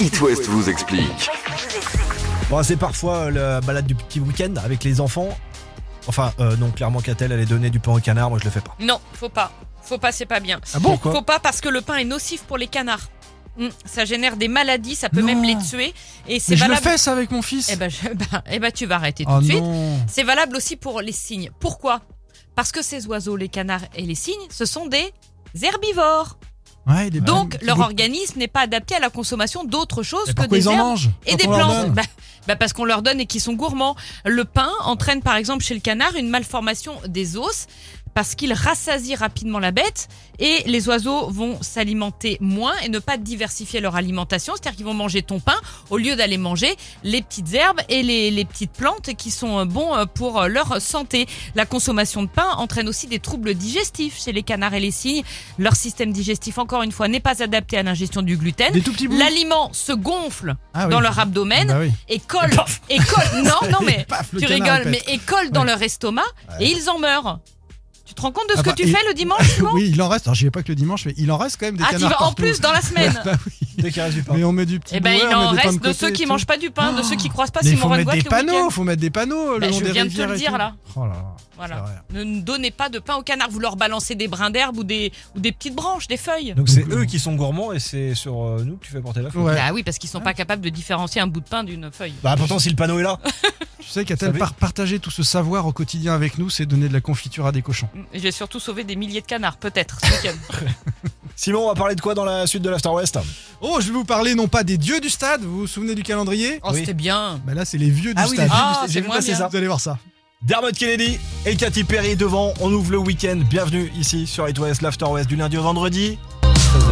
It West vous explique. Bon, c'est parfois euh, la balade du petit week-end avec les enfants. Enfin, euh, non, clairement, Catel allait donner du pain au canard, moi je le fais pas. Non, faut pas. Faut pas, c'est pas bien. Ah bon, quoi Faut pas parce que le pain est nocif pour les canards. Mm, ça génère des maladies, ça peut Non. même les tuer. Et c'est Mais je le valable. fais ça avec mon fils. Eh ben, je- ben- eh ben, tu vas arrêter tout oh de suite. non. C'est valable aussi pour les cygnes. Pourquoi Parce que ces oiseaux, les canards et les cygnes, ce sont des herbivores. Ouais, des Donc, petits leur bouts- organisme n'est pas adapté à la consommation d'autres choses Mais que pourquoi des ils en herbes mangent et quand des on leur plantes. donne Bah, bah parce qu'on leur donne et qu'ils sont gourmands. Le pain entraîne par exemple chez le canard une malformation des os parce qu'il rassasie rapidement la bête et les oiseaux vont s'alimenter moins et ne pas diversifier leur alimentation. C'est-à-dire qu'ils vont manger ton pain au lieu d'aller manger les petites herbes et les, les petites plantes qui sont euh, bons euh, pour euh, leur santé. La consommation de pain entraîne aussi des troubles digestifs chez les canards et les cygnes. Leur système digestif, encore une fois, n'est pas adapté à l'ingestion du gluten. Des tout petits bouts. L'aliment se gonfle Ah oui. dans leur abdomen Bah oui. et colle, et colle- non, non, mais Paf, le tu canard, rigoles, il mais pète. et colle dans leur estomac et ils en meurent. Tu te rends compte de ce Ah que bah, tu et- fais le dimanche Simon Oui, il en reste. Alors, j'y vais pas que le dimanche, mais il en reste quand même des Ah, tu canards vas en partout. plus dans la semaine. Bah oui. Dès qu'il reste du pain. Mais on met du petit Eh ben, beurre, il on met en des pains reste de côté ceux et qui tout. mangent pas du pain, de ceux qui croisent pas Mais il Simon faut Van mettre Gogh des le week-end. panneaux, faut mettre des panneaux le Bah, long je des viens de te le rivières et dire, tout. là. Oh là là. Voilà. c'est Ne vrai. ne donnez pas de pain aux canards. Vous leur balancez des brins d'herbe ou des, ou des petites branches, des feuilles. Donc c'est Donc, eux qui sont gourmands et c'est sur euh, nous que tu fais porter la faute. Ouais. Ah oui, parce qu'ils sont pas capables de différencier un bout de pain d'une feuille. Bah pourtant si le panneau est là. Tu sais Vous qu'Atel savez- par partager tout ce savoir au quotidien avec nous, c'est donner de la confiture à des cochons. J'ai surtout sauvé des milliers de canards, peut-être. ce week-end. Simon, on va parler de quoi dans la suite de l'After West Oh, je vais vous parler non pas des dieux du stade, vous vous souvenez du calendrier Oh, Oui. c'était bien. Bah là, c'est les vieux du Ah oui, stade. les Ah, j'ai c'est vu moins passer bien. ça. Vous allez voir ça. Dermot Kennedy et Katy Perry devant. On ouvre le week-end. Bienvenue ici sur It West, l'After West du lundi au vendredi. 16h.